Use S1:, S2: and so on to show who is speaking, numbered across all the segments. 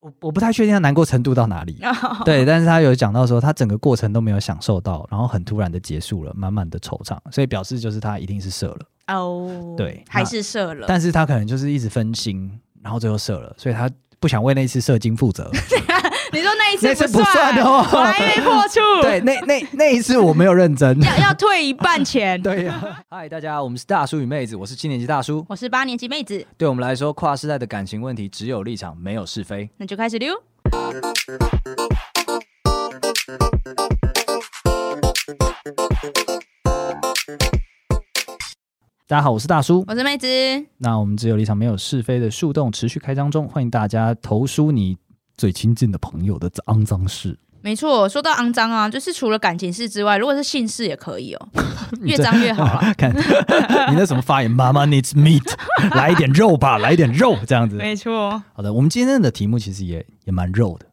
S1: 我我不太确定他难过程度到哪里，
S2: 哦
S1: 对，但是他有讲到说他整个过程都没有享受到，然后很突然的结束了，满满的惆怅，所以表示就是他一定是射了，
S2: 哦，
S1: 对那
S2: 还是射了，
S1: 但是他可能就是一直分心，然后最后射了，所以他不想为那次射精负 责。
S2: 你说那一次
S1: 那次不
S2: 算
S1: 算哦
S2: 我还没破 处，
S1: 对，，那那那一次我没有认真。
S2: 要要退一半 钱。
S1: 对呀、嗨，大家，我们是大叔与妹子，我是七年级大叔。
S2: 我是八年级妹子，
S1: 对我们来说，跨世代的感情问题只有立场，没有是非。
S2: 那就开始溜。
S1: 大家好，我是大叔。
S2: 我是妹子，
S1: 那我们只有立场，没有是非的树洞持续开张中，欢迎大家投书你最亲近的朋友的肮脏 事。
S2: 没错。说到肮脏啊，就是除了感情事之外，如果是姓氏也可以 哦，越脏越好啊 啦。
S1: 看你那什么发言，妈妈 needs meat，来 一点肉吧，来一点肉这样子。
S2: 错。
S1: 好的，我们今天的题目其实也也蛮肉的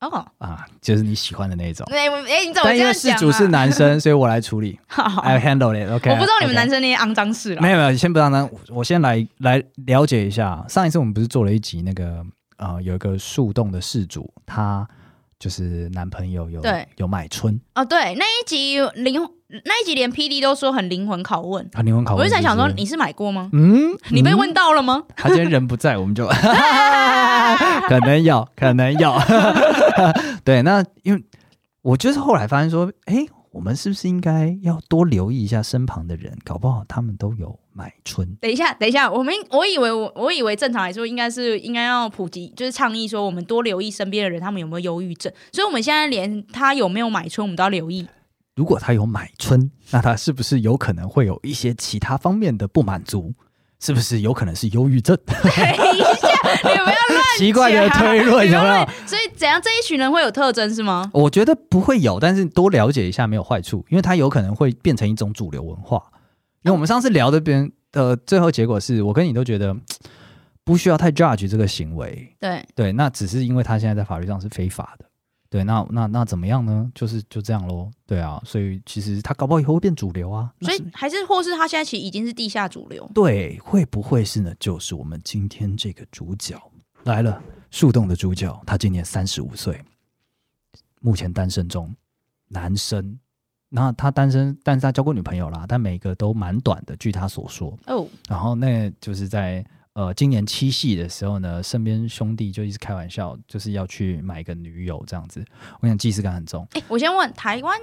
S2: 哦，
S1: 啊，就是你喜欢的那一种。
S2: 哎我哎，你怎么
S1: 但
S2: 这
S1: 因为
S2: 样
S1: 事
S2: 讲
S1: 主是
S2: 啊？
S1: 男生，所以我来处理
S2: 好好
S1: ，I handle it。OK，
S2: 哎我不知道你
S1: OK
S2: 们男生那些肮脏事了
S1: 没。有没有，先不当当，我先来来了解一下。上一次我们不是做了一集那个呃，有一个树洞的事主，她就是男朋友有
S2: 对
S1: 有买春
S2: 哦，对，那一集灵那一集连 PD 都说很灵魂拷问，
S1: 啊，灵魂拷问
S2: 我就在想说
S1: 是不是
S2: 你是买过吗？
S1: 嗯，
S2: 你被
S1: 嗯
S2: 问到了吗？
S1: 他今天人不在，我 们就可能有，可能有。 对，那因为我就是后来发现说，哎，我们是不是应该要多留意一下身旁的人？搞不好他们都有买春。
S2: 等一下，等一下，我们我以为我我以为正常来说应该是应该要普及，就是倡议说我们多留意身边的人，他们有没有忧郁症。所以我们现在连他有没有买春，我们都要留意。
S1: 如果他有买春，那他是不是有可能会有一些其他方面的不满足？是不是有可能是忧郁症？
S2: 等一下，你不要乱
S1: 奇怪的
S2: 讲
S1: 推论
S2: 你
S1: 有
S2: 不
S1: 没
S2: 要
S1: 有
S2: 乱？所以怎样这一群人会有特征是吗？
S1: 我觉得不会有，但是多了解一下没有坏处，因为它有可能会变成一种主流文化。因为我们上次聊的别人呃，最后结果是我跟你都觉得不需要太 judge 这个行为，
S2: 对，
S1: 对，那只是因为他现在在法律上是非法的。对，那那那怎么样呢？就是就这样喽。对啊，所以其实他搞不好以后会变主流啊。那
S2: 所
S1: 是
S2: 以还是或是他现在其实已经是地下主流。
S1: 对，会不会是呢？就是我们今天这个主角来了，树洞的主角，他今年三十五岁，目前单身中，男生。那他单身，但是他交过女朋友啦，但每个都蛮短的，据他所说。
S2: 哦，
S1: 然后那就是在呃今年七夕的时候呢，身边兄弟就一直开玩笑，就是要去买一个女友这样子。我想既视感很重，
S2: 哎，我先问，台湾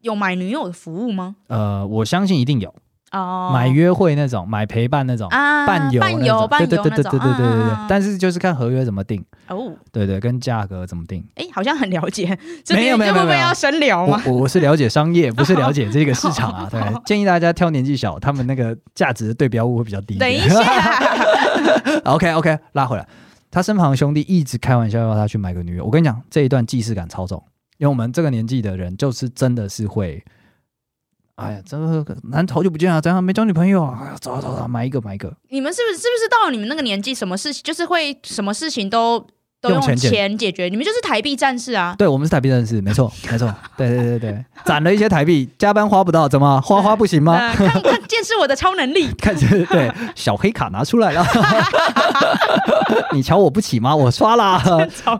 S2: 有买女友的服务吗？
S1: 呃，我相信一定有
S2: 哦，
S1: 买约会那种，买陪伴那种，
S2: 啊，
S1: 伴游
S2: 伴
S1: 那种
S2: 游，伴游
S1: 对对对对对
S2: 那种
S1: 对对对对。
S2: 啊
S1: 但是就是看合约怎么定，
S2: 哦，
S1: 对对，跟价格怎么定。
S2: 哎，好像很了解，
S1: 没有没有
S2: 这边
S1: 没
S2: 这部
S1: 有
S2: 分要深聊啊
S1: 我
S2: 吗？
S1: 我我是了解商业，不是了解这个市场啊。对
S2: 好，
S1: 建议大家挑年纪小，他们那个价值的对标物会比较低一
S2: 等一
S1: 点。
S2: 下，
S1: OK OK，拉回来。他身旁的兄弟一直开玩笑要他去买个女友。我跟你讲，这一段既视感超重，因为我们这个年纪的人，就是真的是会，哎呀，这个男好久不见啊，怎样没交女朋友啊？哎呀，走啊走啊走啊，买一个买一个。
S2: 你们是不是是不是到了你们那个年纪，什么事情就是会什么事情都都
S1: 用钱解
S2: 钱解决？你们就是台币战士啊！
S1: 对，我们是台币人士，没 错没错，对对对对，攒了一些台币，加班花不到，怎么花花不行吗？
S2: 呃，看看见识我的超 能力，
S1: 看这对小黑卡拿出 来了，你瞧我不起吗？我刷啦。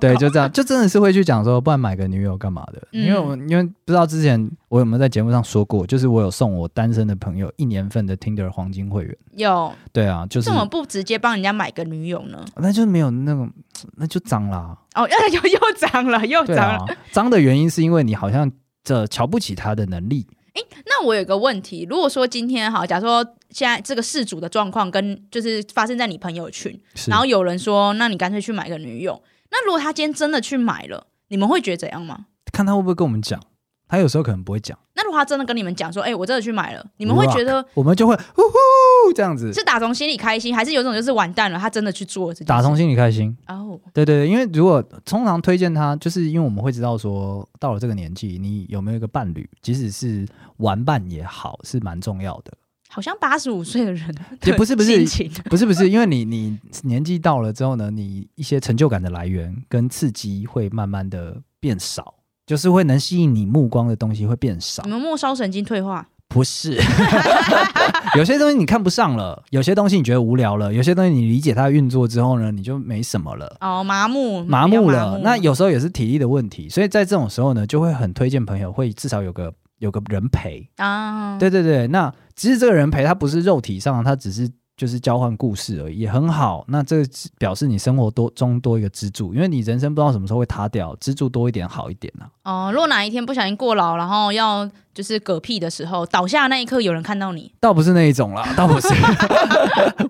S1: 对，就这样，就真的是会去讲说，不然买个女友干嘛的？
S2: 嗯
S1: 因为我因为不知道之前我有没有在节目上说过，就是我有送我单身的朋友一年份的 Tinder 黄金会员。
S2: 有
S1: 对啊，就是
S2: 怎么不直接帮人家买个女友呢？
S1: 那就没有那种，那就脏啦。
S2: 哦， 又又脏了，又
S1: 对
S2: 脏
S1: 啊
S2: 了。，
S1: 脏的原因是因为你好像这瞧不起他的能力。
S2: 那我有个问题，如果说今天哈，假如说现在这个事主的状况跟就是发生在你朋友群，
S1: 是
S2: 然后有人说，那你干脆去买个女友。那如果他今天真的去买了，你们会觉得怎样吗？
S1: 看他会不会跟我们讲，他有时候可能不会讲，
S2: 那如果他真的跟你们讲说，哎、我真的去买了，你们会觉得
S1: Rock，我们就会呼呼这样子，
S2: 是打从心里开心，还是有种就是完蛋了，他真的去做了这件事
S1: 打从心里开心。
S2: 哦，
S1: 对对对，因为如果通常推荐他，就是因为我们会知道说，到了这个年纪，你有没有一个伴侣，即使是玩伴也好，是蛮重要的。
S2: 好像八十五岁的人，
S1: 也不是不是
S2: 心情
S1: 不是不是，因为你你年纪到了之后呢，你一些成就感的来源跟刺激会慢慢的变少，就是会能吸引你目光的东西会变少
S2: 你。们末梢神经退化，
S1: 不是， 有些东西你看不上了，有些东西你觉得无聊了，有些东西你理解它的运作之后呢，你就没什么了。
S2: 哦，麻木，
S1: 嗯麻木
S2: 比较
S1: 了。那有时候也是体力的问题，所以在这种时候呢，就会很推荐朋友会至少有个有个人陪。
S2: 啊，
S1: 对对对，那其实这个人陪他不是肉体上，他只是就是交换故事而已，也很好。那这是表示你生活多中多一个支柱，因为你人生不知道什么时候会塌掉，支柱多一点好一点啊。
S2: 哦，如果哪一天不小心过劳，然后要就是嗝屁的时候，倒下的那一刻有人看到你，
S1: 倒不是那一种啦， 倒不是，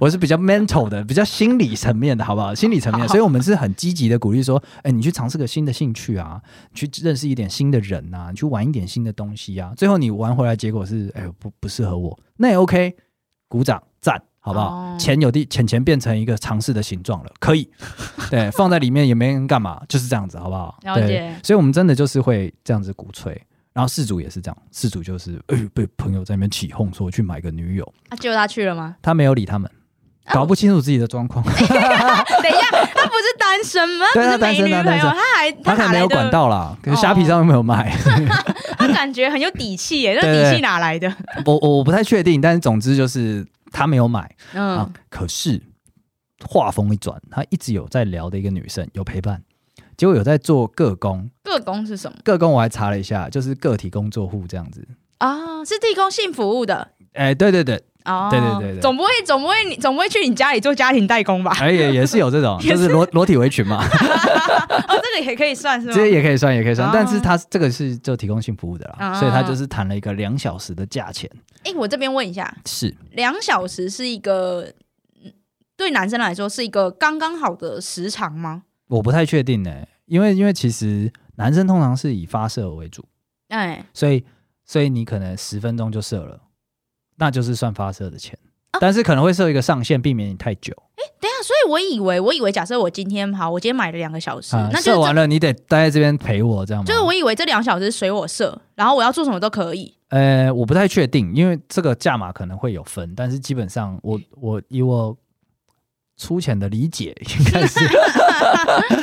S1: 我是比较 mental 的，比较心理层面的，好不好？心理层面，所以我们是很积极的鼓励说，哎、你去尝试个新的兴趣啊，去认识一点新的人啊，你去玩一点新的东西啊。最后你玩回来，结果是，哎、不不适合我，那也 OK，鼓掌赞，好不好？
S2: 哦
S1: 钱有地钱钱变成一个尝试的形状了，可以， 对，放在里面也没人干 嘛，就是这样子，好不好？
S2: 了解
S1: 对所以我们真的就是会这样子鼓吹。然后事主也是这样，事主就是哎、被朋友在那边起哄说去买个女友，
S2: 啊，结果他去 了吗？
S1: 他没有理他们，
S2: 啊
S1: 搞不清楚自己的状况，
S2: 哎等一下，他不是单身吗？他
S1: 对 他
S2: 不是
S1: 单
S2: 没
S1: 身
S2: 女
S1: 他
S2: 朋
S1: 单
S2: 友，
S1: 身
S2: 他还
S1: 他可
S2: 哪
S1: 能没
S2: 来
S1: 有
S2: 的？
S1: 管到啦，可是
S2: 哦
S1: 虾皮上又没有卖，
S2: 他感觉很有底气耶，
S1: 对对
S2: 那底
S1: 对
S2: 气哪来的？
S1: 我我我不太确定，但是总之就是他没有买啊
S2: 嗯，。
S1: 可是话锋一转，他一直有在聊的一个女生有陪伴，结果有在做个工，
S2: 各工是什么
S1: 个工我还查了一下，就是个体工作户这样子。
S2: 啊？是提供性服务的
S1: 哎，对对对，
S2: 哦。
S1: 对对对对
S2: 总不会总不会你总不会去你家里做家庭代工吧？
S1: 哎也也是有这 种，就是裸裸体围裙嘛，
S2: 哦， 这个也可以算是
S1: 这
S2: 吗？
S1: 些也可以算，也可以算
S2: 哦，
S1: 但是他这个是就提供性服务的啦，
S2: 哦
S1: 所以他就是谈了一个两小时的价钱，
S2: 哎，我这边问一下，
S1: 是
S2: 两小时是一个嗯对男生来说是一个刚刚好的时长吗？
S1: 我不太确定呢、因为因为其实男生通常是以发射为主，
S2: 哎，
S1: 所以所以你可能十分钟就射了，那就是算发射的钱，
S2: 哦
S1: 但是可能会设一个上限，避免你太久
S2: 等一下，所以我以为我以为假设我今天好，我今天买了两个小时，
S1: 啊。
S2: 那就
S1: 射
S2: 是
S1: 完了你得待在这边陪我，这样吗？
S2: 就是我以为这两小时随我射，然后我要做什么都可以。
S1: 呃，我不太确定，因为这个价码可能会有分，但是基本上
S2: 嗯
S1: 我我以我粗浅的理解，应该 是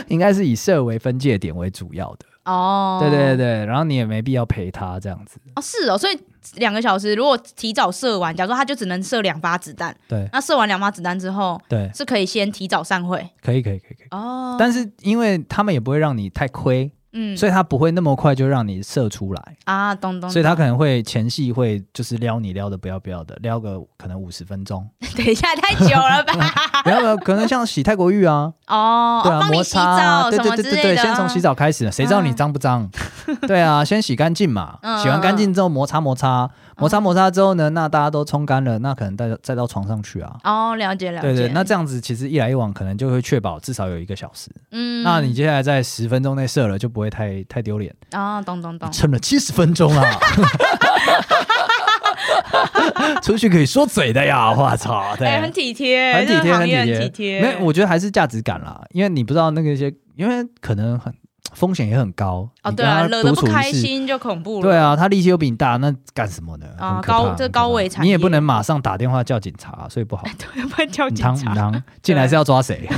S1: 应该是以射为分界点为主要的。
S2: 哦，
S1: 对对对，对，然后你也没必要陪他这样子。
S2: 哦是哦，所以两个小时如果提早射完，假如说他就只能射两发子弹，
S1: 对
S2: 那射完两发子弹之后
S1: 对，
S2: 是可以先提早散会
S1: 可以可以可以可以。
S2: 哦。
S1: 但是因为他们也不会让你太亏，
S2: 嗯
S1: 所以他不会那么快就让你射出来，
S2: 啊，咚咚，
S1: 所以他
S2: 咚
S1: 可能会前戏会就是撩你撩的不要不要的，撩个可能五十分钟，
S2: 等一下太久了 吧？
S1: 然后可能像洗泰国浴啊，
S2: 哦，
S1: 对啊，
S2: 哦帮
S1: 摩
S2: 你洗
S1: 擦啊，
S2: 澡
S1: 对
S2: 什
S1: 对
S2: 么
S1: 对
S2: 之
S1: 对
S2: 类
S1: 对，
S2: 的，
S1: 先从洗。澡开始，谁知道你脏不 脏？对啊，先洗干净嘛，
S2: 嗯
S1: 洗完干净之后摩擦摩擦，摩擦摩擦之后呢，那大家都冲干了，那可能再再到床上去啊。
S2: 哦，了解了解。
S1: 对对，那这样子其实一来一往，可能就会确保至少有一个小时。
S2: 嗯，
S1: 那你接下来在十分钟内射了，就不会太太丢脸。
S2: 哦，咚咚咚，
S1: 撑了七十分钟 啊！出去可以说嘴的呀，我操！对，
S2: 哎，很体贴，
S1: 很体
S2: 这
S1: 贴，
S2: 个行业
S1: 体
S2: 很体
S1: 贴。
S2: 贴。
S1: 没有，我觉得还是价值感啦，因为你不知道那个些，因为可能很风险也很高。
S2: 哦，
S1: 你
S2: 对
S1: 跟
S2: 啊，
S1: 他
S2: 惹得
S1: 独
S2: 不
S1: 处一
S2: 开
S1: 室。
S2: 心就恐怖了。
S1: 对，啊，他力气又比你大，那干什么呢？
S2: 啊
S1: 很可怕
S2: 高
S1: 很
S2: 这
S1: 可怕
S2: 高危产
S1: 你也
S2: 业
S1: 不能马上打电话叫警察，所以不好。
S2: 不然叫
S1: 母
S2: 警
S1: 汤母
S2: 察。
S1: 汤进来是要抓谁？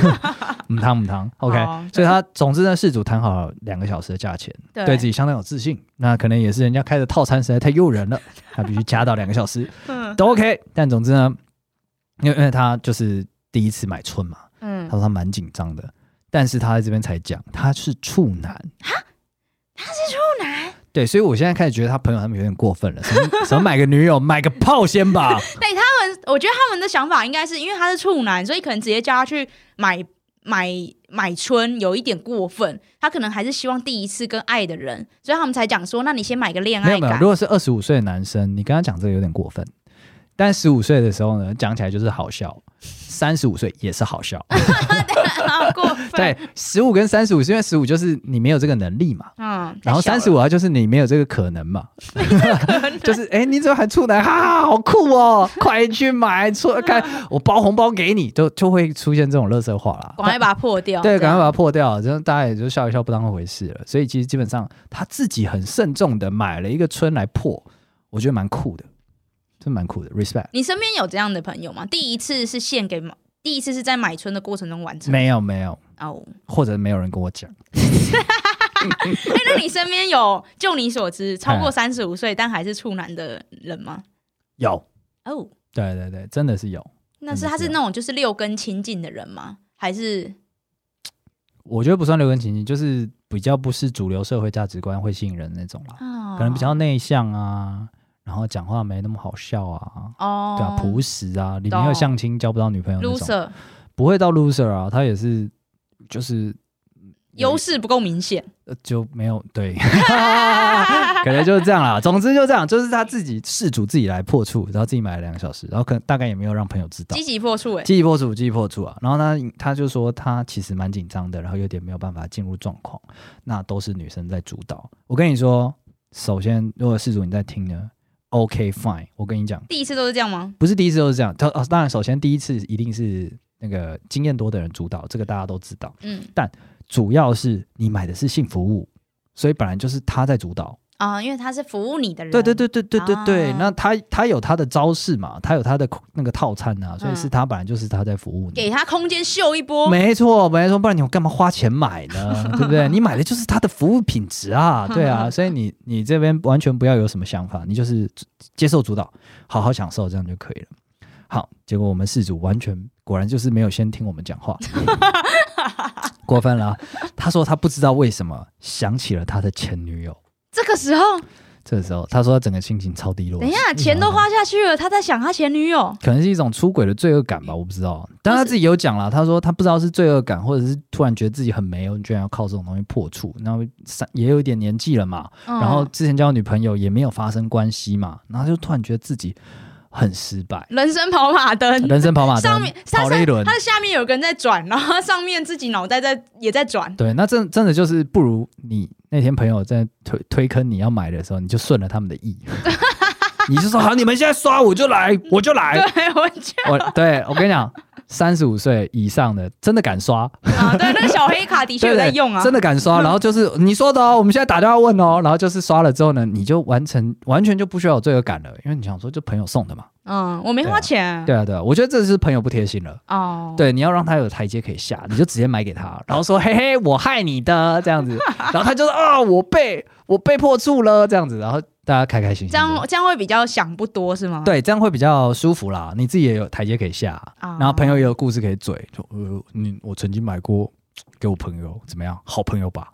S1: 母汤母汤，OK
S2: 好。
S1: 所以他总之呢，事主谈好两个小时的价钱，
S2: 对
S1: 对自己相当有自信。那可能也是人家开的套餐实在太诱 人了，他必须加到两个小时，
S2: 嗯
S1: 都 OK。但总之呢，因为因为他就是第一次买春嘛，他
S2: 嗯，
S1: 说他蛮紧张的，但是他在这边才讲他是处男啊，他是处男。对，所以我现在开始觉得他朋友他们有点过分了，什么什么买个女友，买个炮先吧，
S2: 对他们，我觉得他们的想法应该是因为他是处男，所以可能直接叫他去买买买春有一点过分。他可能还是希望第一次跟爱的人，所以他们才讲说，那你先买个恋
S1: 没
S2: 爱
S1: 有没有，
S2: 感
S1: 如。果是二十五岁的男生，你跟他讲这个有点过分。但十五岁的时候呢，讲起来就是好笑；三十五岁也是好笑。
S2: 好啊过分。
S1: 对，，十五跟三十五是因为十五就是你没有这个能力嘛，
S2: 嗯，
S1: 然后
S2: 太小
S1: 三
S2: 了
S1: 十五啊就是你没有这个可能 嘛，就是哎、诶你怎么还处男？哈、哈，好酷哦，快去买出看我包红包给你，就就会出现这种乐色话啦。
S2: 赶快把它破掉。
S1: 对，
S2: 这
S1: 赶
S2: 样
S1: 快把它破掉，然后大家也就笑一笑，不当回事了。所以其实基本上他自己很慎重的买了一个村来破，我觉得蛮酷的，真蛮酷的，respect。
S2: 你身边有这样的朋友吗？第一次是献给某，第一次是在买春的过程中完成。
S1: 没有没有，
S2: 哦，
S1: 或者没有人跟我讲，
S2: 哎，那你身边有，就你所知，超过
S1: 哎
S2: 三十五岁但还是处男的人吗？
S1: 有，
S2: 哦，
S1: 对对对，真的是嗯有。
S2: 那是他是
S1: 真的是
S2: 那种就是六根清净的人吗？还是
S1: 我觉得不算流行情境，就是比较不是主流社会价值观会吸引人的那种啦，
S2: 啊
S1: 可能比较内向啊，然后讲话没那么好笑啊，
S2: 哦，
S1: 对啊，朴实啊，你没有相亲交不到女朋友那种，
S2: loser
S1: 不会到 loser 啊，他也是就是
S2: 优势不够明显。
S1: 呃就没有对， 可能就是这样啦。总之就这样，就是他自己事主自己来破处，然后自己买了两个小时，然后可能大概也没有让朋友知道
S2: 积。极破处哎、
S1: 记忆破处，记忆破处啊！然后他他就说他其实蛮紧张的，然后有点没有办法进入状况。那都是女生在主导。我跟你说，首先如果事主你在听呢，OK fine，我跟你讲，
S2: 第一次都是这样吗？
S1: 不是第一次都是这样。他、哦、当然，首先第一次一定是那个经验多的人主导，这个大家都知道。
S2: 嗯
S1: 主要是你买的是性服务，所以本来就是他在主导。
S2: 啊，因为他是服务你的人，
S1: 对对对对对对对，
S2: 啊
S1: 那他他有他的招式嘛，他有他的那个套餐啊，所以
S2: 嗯
S1: 是他本来就是他在服务你。
S2: 给他空间秀一波，
S1: 没错，没错，不然你干嘛花钱买 呢？对不对？你买的就是它的服务品质啊，对啊，所以你你这边完全不要有什么想法，你就是接受主导，好好享受，这样就可以了。好，结果我们事主完全果然就是没有先听我们讲 话，过分了啊。他说他不知道为什么想起了他的前女友，
S2: 这个时候，
S1: 这个时候他说他整个心情超低落。嗯
S2: 等一下钱都花下去了，他在想他前女友，
S1: 可能是一种出轨的罪恶感
S2: 嗯
S1: 吧，我不知道。但他自己有讲啦，他说他不知道是罪恶感，或者是突然觉得自己很没用，居然要靠这种东西破处。然后三也有一点年纪了嘛，
S2: 嗯
S1: 然后之前交女朋友也没有发生关系嘛，然后就突然觉得自己很失败，
S2: 人生跑马灯，
S1: 人生跑马灯
S2: 上面，他
S1: 跑了一
S2: 上
S1: 轮
S2: 他。下面有个人在转，然后他上面自己脑袋在也在转，
S1: 对，那真真的就是不如你那天朋友在推推坑你要买的时候，你就顺了他们的 意，你就说好，你们现在刷我就来，我就来。
S2: 对我就
S1: 我对我跟你讲，三十五岁以上的真的敢刷，
S2: 啊，对那个小黑卡的确
S1: 对
S2: 有
S1: 不
S2: 在
S1: 对？
S2: 用啊，
S1: 真的敢刷。然后就是你说的哦，我们现在打电话问哦，然后就是刷了之后呢，你就完成完全就不需要有罪恶感了，因为你想说就朋友送的嘛。
S2: 嗯，我没花钱，
S1: 对啊，对啊，我觉得这是朋友不贴心了。
S2: 哦，
S1: 对，你要让他有台阶可以下，你就直接买给他，然后说嘿嘿，我害你的这样 子，然后他就说啊、我被我被破处了这样子，然后大家开开心心的。
S2: 这样这样会比较想不多是吗？，
S1: 对，这样会比较舒服啦，你自己也有台阶可以下，
S2: 啊
S1: 然后朋友也有故事可以嘴，就呃，你我曾经买过给我朋友，怎么样？好朋友 吧？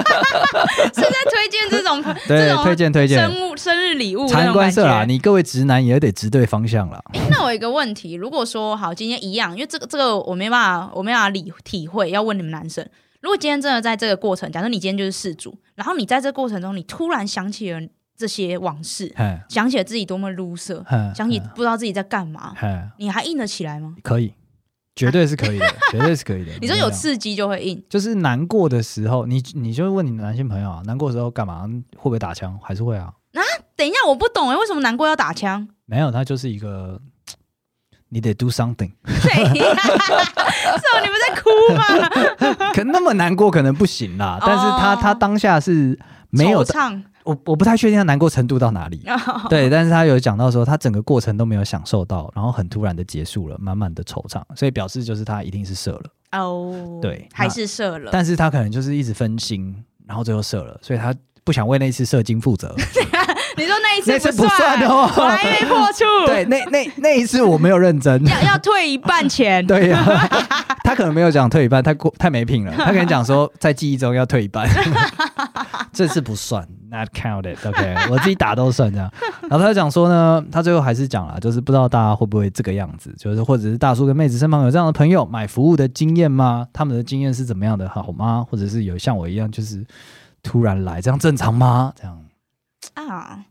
S2: 是在推荐这种 这
S1: 对，
S2: 种
S1: 推荐推荐，
S2: 生物生日礼物
S1: 察
S2: 那
S1: 言
S2: 种
S1: 观
S2: 感
S1: 色啦，
S2: 觉。哎
S1: 你各位直男也得直对方向啦。
S2: 诶那我有一个问题，如果说好，今天一样，因为这个这个我没办法，我没办法理体会，要问你们男生。如果今天真的在这个过程，假设你今天就是事主，然后你在这过程中，你突然想起了这些往事，
S1: 嗯
S2: 想起了自己多么 loser，
S1: 嗯
S2: 想起不知道自己在干嘛，
S1: 嗯，
S2: 你还硬得起来 吗？
S1: 可以，绝对是可以 的，绝对是可以的。
S2: 你说有
S1: 我跟讲。
S2: 刺激就会硬，
S1: 就是难过的时候，你你就问你的男性朋友啊，难过的时候干嘛？会不会打枪？还是会啊？
S2: 等一下我不懂哎、为什么难过要 打枪？
S1: 没有，他就是一个，你得 do something。
S2: 对呀，是哦，你们在哭吗？
S1: 可那么难过可能不行啦，但是他
S2: 哦
S1: 他当下是 没有
S2: 惆，怅
S1: 我我不太确定他难过程度到哪里。对，但是他有讲到说，他整个过程都没有享受到，然后很突然的结束了，满满的惆怅，所以表示就是他一定是射了，
S2: 哦，
S1: 对
S2: 还是射了。
S1: 但是他可能就是一直分心，然后最后射了，所以他不想为那次射精负责。
S2: 你说那一次
S1: 那次
S2: 不
S1: 不算哦
S2: 我还没破处，
S1: 对，那那那一次我没有认真。
S2: 要要退一半 钱。
S1: 对呀、他可能没有讲退一半，太过太没品了。他可能讲说在记忆中要退一 半，这次不算，not counted。OK，我自己打都算这样。然后他就讲说呢，他最后还是讲了，就是不知道大家会不会这个样子，就是或者是大叔跟妹子身旁有这样的朋友，买服务的经验吗？他们的经验是怎么样的，好吗？或者是有像我一样，就是突然来，这样正常吗？这样
S2: 啊，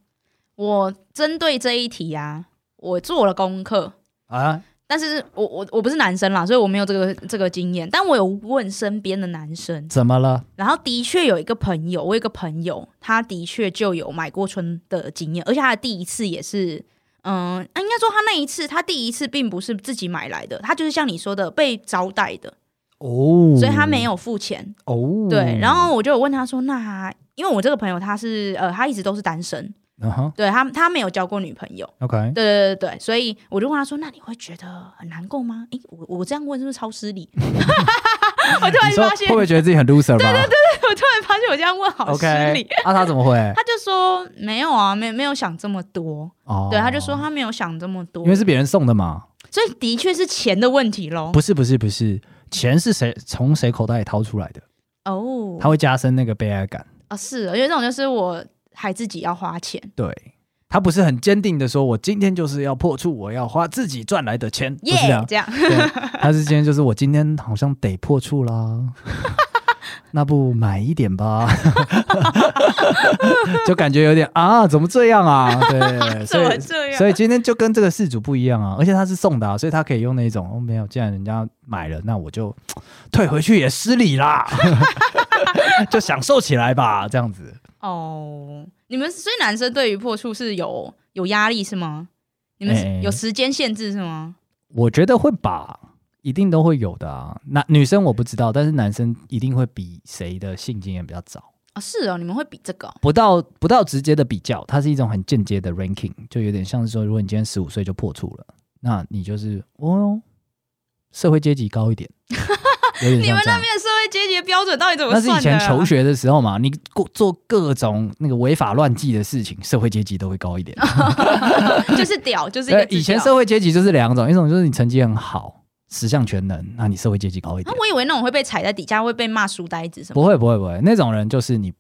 S2: 我针对这一题啊，我做了功课，
S1: 啊，
S2: 但是我我我不是男生啦，所以我没有这个这个经验，但我有问身边的男生，
S1: 怎么了？
S2: 然后的确有一个朋友，我有一个朋友，他的确就有买过春的经验，而且他的第一次也是。嗯，啊应该说他那一次，他第一次并不是自己买来的，他就是像你说的被招待的，
S1: 哦，
S2: 所以他没有付钱。
S1: 哦，
S2: 对，然后我就有问他说，那因为我这个朋友他是呃，他一直都是单身，
S1: 嗯哼
S2: 对他他没有交过女朋友，
S1: ，OK，
S2: 对对对对，所以我就问他说，那你会觉得很难过吗？诶，我我这样问是不是超失礼？ 我突然
S1: 你说
S2: 发现，
S1: 会不会觉得自己很 loser 吗？对对对
S2: 我突然发现我这样问好失礼。
S1: ，OK，那他怎么会？
S2: 他就说没有啊，没没有想这么多。
S1: 哦，
S2: 对，他就说他没有想这么多
S1: 因，为是别人送的嘛，
S2: 所以的确是钱的问题喽。
S1: 不是不是不是，钱是谁从谁口袋里掏出来的，
S2: 哦，
S1: 他会加深那个悲哀感。
S2: 啊是，因为这种就是我还自己要花钱。
S1: 对他不是很坚定的说，我今天就是要破处，我要花自己赚来的钱，不
S2: 耶
S1: 是啊这样，
S2: 这样
S1: 对他是今天就是我今天好像得破处 啦，那不买一点吧， 就感觉有点啊，怎么这样啊？ 对，
S2: 怎
S1: 所
S2: 么
S1: 以
S2: 这样
S1: 所以今天就跟这个事主不一样啊，而且他是送的、啊，所以他可以用那种哦，没有，既然人家买了，那我就退回去也失礼啦， 就享受起来吧，这样子。
S2: 哦。你们所以男生对于破处是有有压力是吗？你们
S1: 哎
S2: 是有时间限制是吗？
S1: 我觉得会吧，一定都会有的啊。那女生我不知道，但是男生一定会比谁的性经验比较早。
S2: 啊是哦，你们会比这个哦
S1: 不到不到直接的比较，它是一种很间接的 ranking，就有点像是说，如果你今天十五岁就破处了，那你就是哦，社会阶级高一 点，有点
S2: 你
S1: 像
S2: 们
S1: 这
S2: 那
S1: 样。
S2: 边的社会阶级的标准到底怎么
S1: 那
S2: 算
S1: 是
S2: 的啊？
S1: 以前求学的时候嘛，你过做各种那个违法乱纪的事情，社会阶级都会高一点。
S2: 就是屌，哦就是一个
S1: 对以前社
S2: 会。
S1: 会阶级就是两种，一种就是你成绩很好，十项全能，那你社会阶级高一
S2: 啊
S1: 点。
S2: 我以为那种会被踩在底下，会被骂书呆子什么
S1: 不会不会不会，那种人就是你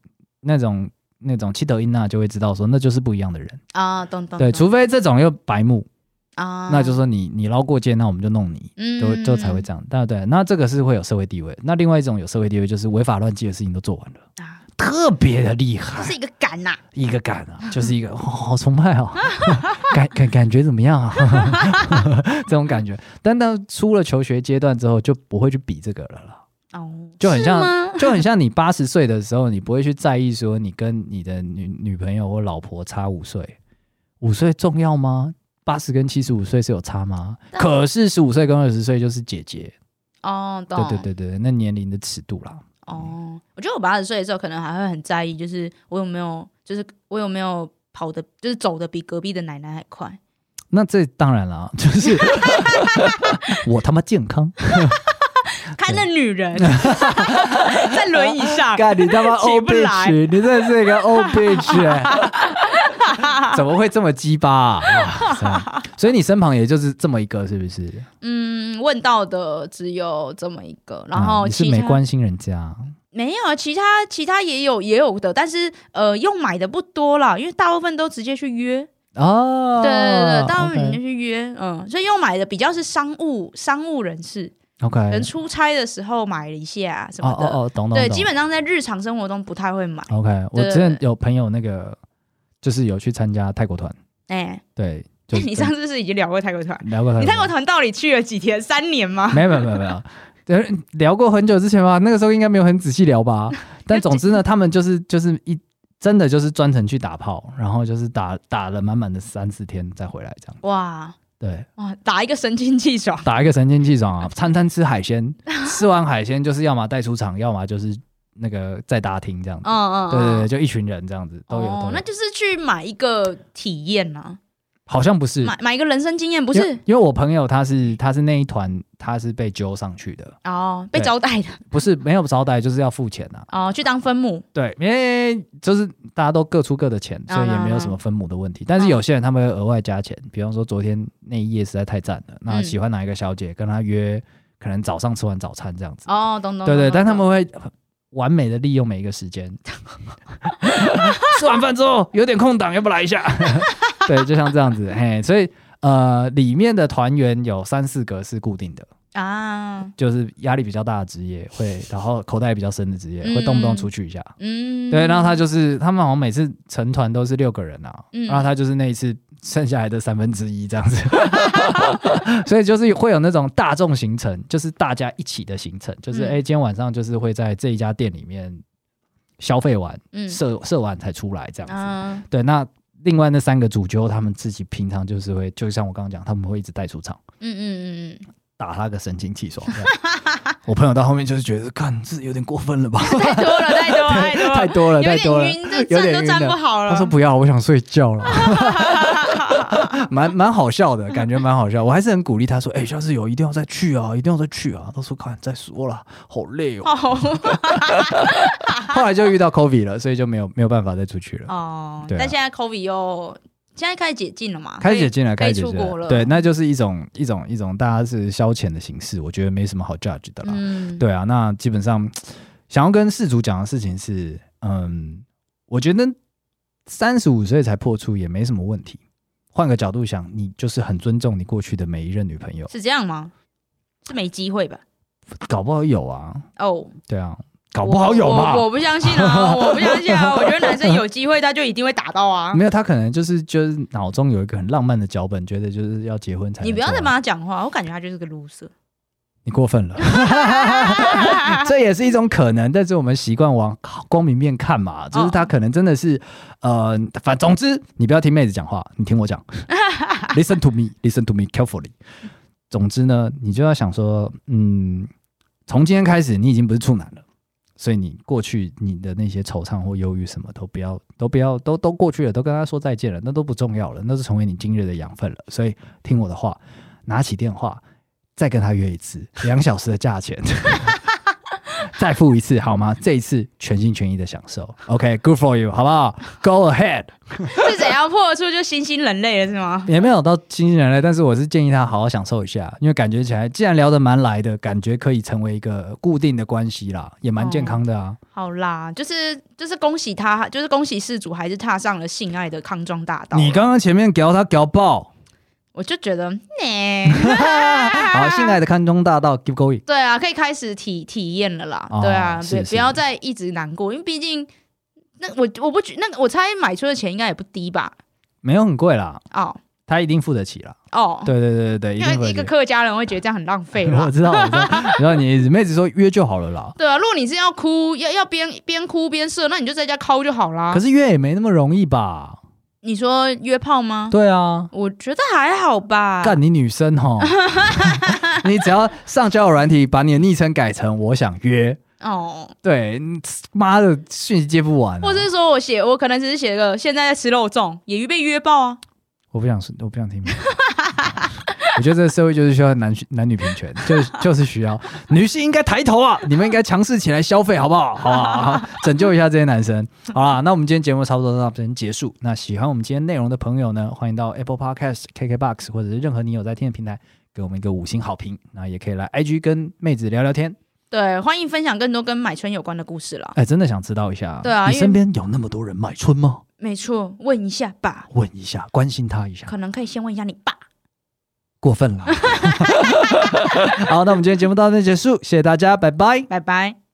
S1: 那种那种七德音娜就会知道说，那就是不一样的人。
S2: 啊，懂懂
S1: 对，
S2: 懂
S1: 除非这种又白目，
S2: 啊，
S1: 那就是说你你捞过界，那我们就弄你，
S2: 嗯
S1: 就就才会这样。对对，那这个是会有社会地位。那另外一种有社会地位，就是违法乱纪的事情都做完了，
S2: 啊，
S1: 特别的厉害
S2: 是，一个敢呐，
S1: 一个感 啊，就是一个哦，好崇拜哦， 感感感觉怎么样啊？ 这种感觉。但到出了求学阶段之后，就不会去比这个了啦。
S2: 哦，
S1: 就很像
S2: 是吗，
S1: 就很像你八十岁的时候，你不会去在意说你跟你的女女朋友或老婆差五岁，五岁重要吗？八十跟七十五岁是有差吗？
S2: 但
S1: 可是十五岁跟二十岁就是姐姐，
S2: 哦，懂，
S1: 对对，对对，那年龄的尺度啦。
S2: 哦，我觉得我八十岁的时候，可能还会很在意，就是我有没有，就是我有没有跑的，就是走的比隔壁的奶奶还快。
S1: 那这当然啦， 就是 我他妈健康，
S2: 看那女人 在轮椅 上，
S1: 干你他妈
S2: 起
S1: O
S2: 不来
S1: bitch，你真的是一个 O bitch，欸怎么会这么鸡巴啊？哇塞所以你身旁也就是这么一个，是不是？
S2: 嗯，问到的只有这么一个，然
S1: 啊
S2: 后
S1: 你是
S2: 其他、
S1: 没关心人家，
S2: 没有，啊其他其他也有也有的，但是呃，用买的不多啦，因为大部分都直接去约，
S1: 哦，
S2: 对对对，大部分你就
S1: OK
S2: 去约，嗯，所以用买的比较是商务商务人士，
S1: OK
S2: 可能出差的时候买了一下、啊、什
S1: 哦
S2: 么的，
S1: 哦哦，懂懂
S2: 对，
S1: 懂
S2: 基本上在日常生活中不太会买，
S1: OK。我
S2: 对对
S1: 之前
S2: 对
S1: 有朋友那个就是有去参加泰国团，
S2: 哎、
S1: 对，就是
S2: 你上次是已经聊过泰国团，
S1: 聊过
S2: 你泰国
S1: 团
S2: 团到底去了几天？三年吗？
S1: 没有没有没有没有。 呃聊过很久之前吧，那个时候应该没有很仔细聊 吧。但总之呢，他们就是就是一真的就是专程去打炮，然后就是打打了满满的三四天再回来这样。
S2: 哇
S1: 对，
S2: 哇，打一个神清气爽，
S1: 打一个神清气爽啊， 餐餐吃海鲜，吃完海鲜就是要么带出场，要么就是那个在大厅这样子。
S2: 嗯嗯，嗯
S1: 对对对，，就一群人这样子都有，
S2: 哦
S1: 都，
S2: 那
S1: 有
S2: 就是去买一个体验啊，
S1: 好像不是，
S2: 买买一个人生经验，不
S1: 因为
S2: 是
S1: 因为我朋友他是他是那一团他是被揪上去的，
S2: 哦，被
S1: 对
S2: 招待的
S1: 不是没有招待就是要付钱啊，
S2: 哦，去当分母
S1: 对，因为就是大家都各出各的钱，
S2: 哦
S1: 所以也没有什么分母的问题。但是有些人他们会额外加钱，比方说昨天那一夜实在太赞了，那
S2: 嗯
S1: 喜欢哪一个小姐跟她约，可能早上吃完早餐这样子，
S2: 哦，懂懂，
S1: 对对，
S2: 懂
S1: 但他。
S2: 懂
S1: 们会完美的利用每一个时间。 吃完饭之后有点空档，要不来一 下？对，就像这样子，嘿，所以呃，里面的团员有三四个是固定的，
S2: 啊，
S1: 就是压力比较大的职业会，然后口袋比较深的职业会动不动出去一下。
S2: 嗯，
S1: 对，然后他就是他们好像每次成团都是六个人啊，
S2: 嗯
S1: 然后他就是那一次剩下来的三分之一这样子， 所以就是会有那种大众行程，就是大家一起的行程，就是
S2: 嗯
S1: 哎、诶今天晚上就是会在这一家店里面消费完，
S2: 嗯
S1: 射射完才出来这样子。
S2: 啊，
S1: 对，那另外那三个主揪他们自己平常就是会，就像我刚刚讲，他们会一直带出场。
S2: 嗯嗯嗯嗯，
S1: 打他个神清气爽。这样我朋友到后面就是觉得，看这有点过分 了吧，
S2: 太多了，太多了，太多 了，
S1: 太多了，
S2: 有
S1: 太
S2: 点
S1: 多了，
S2: 晕，这
S1: 有
S2: 站
S1: 点
S2: 都
S1: 晕
S2: 站
S1: 了
S2: 不好了。
S1: 他说不要，我想睡觉 了，蛮蛮好笑的感觉，蛮好笑。我还是很鼓励他说，哎、下次有一定要再去啊，一定要再去啊。他说看再说啦，好 累哦。
S2: 哦
S1: 后来就遇到 Kobe 了，所以就没有没有办法再出去了。
S2: 哦，
S1: 对啊
S2: 但现在 COVID 又现在开始解禁了嘛？
S1: 开始解禁了，
S2: 可
S1: 开
S2: 以
S1: 始解
S2: 可以
S1: 禁
S2: 出国了
S1: 对，那就是一种一种一种大家是消遣的形式，我觉得没什么好 judge 的啦。
S2: 嗯，
S1: 对啊，那基本上想要跟事主讲的事情是，嗯，我觉得三十五岁才破处也没什么问题。换个角度想，你就是很尊重你过去的每一任女朋友，
S2: 是这样吗？是没机会吧？
S1: 搞不好有啊，
S2: 哦，
S1: 对啊，搞不好有嘛
S2: 我我，我不相信 啊，我不相信啊！我觉得男生有机会他就一定会打到啊！
S1: 没有他可能就是就是脑中有一个很浪漫的脚本，觉得就是要结婚才能
S2: 你不要
S1: 做
S2: 再
S1: 啊
S2: 帮他讲话，我感觉他就是个 loser。
S1: 你过分了， 这也是一种可能，但是我们习惯往光明面看嘛，就是他可能真的是，呃，反总之你不要听妹子讲话，你听我讲，listen to me，listen to me carefully。总之呢，你就要想说，嗯，从今天开始你已经不是处男了，所以你过去你的那些惆怅或忧郁什么都不要，都不要，都都过去了，都跟他说再见了，那都不重要了，那是成为你今日的养分了。所以听我的话，拿起电话，再跟他约一次，两小时的价钱， 再付一次好吗？这一次全心全意的享受。OK，good、for you，好不好？Go ahead，
S2: 是怎样破处就新兴人类了是吗？
S1: 也没有到新人类，但是我是建议他好好享受一下，因为感觉起来既然聊得蛮来的，感觉可以成为一个固定的关系啦，也蛮健康的啊。
S2: 好啦，就是就是恭喜他，就是恭喜事主还是踏上了性爱的康庄大道。
S1: 你刚刚前面屌他屌爆，
S2: 我就觉得，呢、啊
S1: 好，性爱的康中大道 keep going。
S2: 对啊，可以开始体体验了啦。
S1: 哦
S2: 对啊，
S1: 是
S2: 别
S1: 是
S2: 不要再一直难过，因为毕竟那我我不觉那个我猜买车的钱应该也不低吧？
S1: 没有很贵啦，
S2: 哦
S1: 他一定付得起啦。
S2: 哦，
S1: 对对对对对，一
S2: 因
S1: 定付
S2: 为
S1: 得
S2: 一
S1: 起
S2: 个。客啊家人会觉得这样很浪费
S1: 我
S2: 啦。
S1: 知道，我知道，然后你妹子说约就好了啦。
S2: 对啊，如果你是要哭，要要边边哭边射，那你就在家敲就好啦
S1: 可。是约也没那么容易吧？
S2: 你说约炮吗？
S1: 对啊，
S2: 我觉得还好吧。
S1: 干你女生 吼，你只要上交友软体，把你的昵称改成“我想约
S2: 哦，”，
S1: 对，你妈的讯息接不完啊、
S2: 或是说我写我可能只是写个现在在吃肉粽，也被约爆啊。
S1: 我不想说，我不想听。 我觉得这个社会就是需要男男女平权，就是就是需要女性应该抬头啊，你们应该强势起来消费，好不好？好啊，好啊拯救一下这些男生。好啦，那我们今天节目差不多到这边结束。那喜欢我们今天内容的朋友呢，欢迎到 Apple Podcast、KKBox 或者是任何你有在听的平台，给我们一个五星好评。那也可以来 IG 跟妹子聊聊天。
S2: 对，欢迎分享更多跟买春有关的故事啦。
S1: 哎，真的想知道一下，
S2: 对啊
S1: 你
S2: 因为
S1: 身边有那么多人买春吗？
S2: 没错，问一下吧，
S1: 问一下，关心他一下。
S2: 可能可以先问一下你爸。
S1: 过 分了。好，那我们今天节目到这里结束，谢谢大家，拜拜。
S2: 拜拜。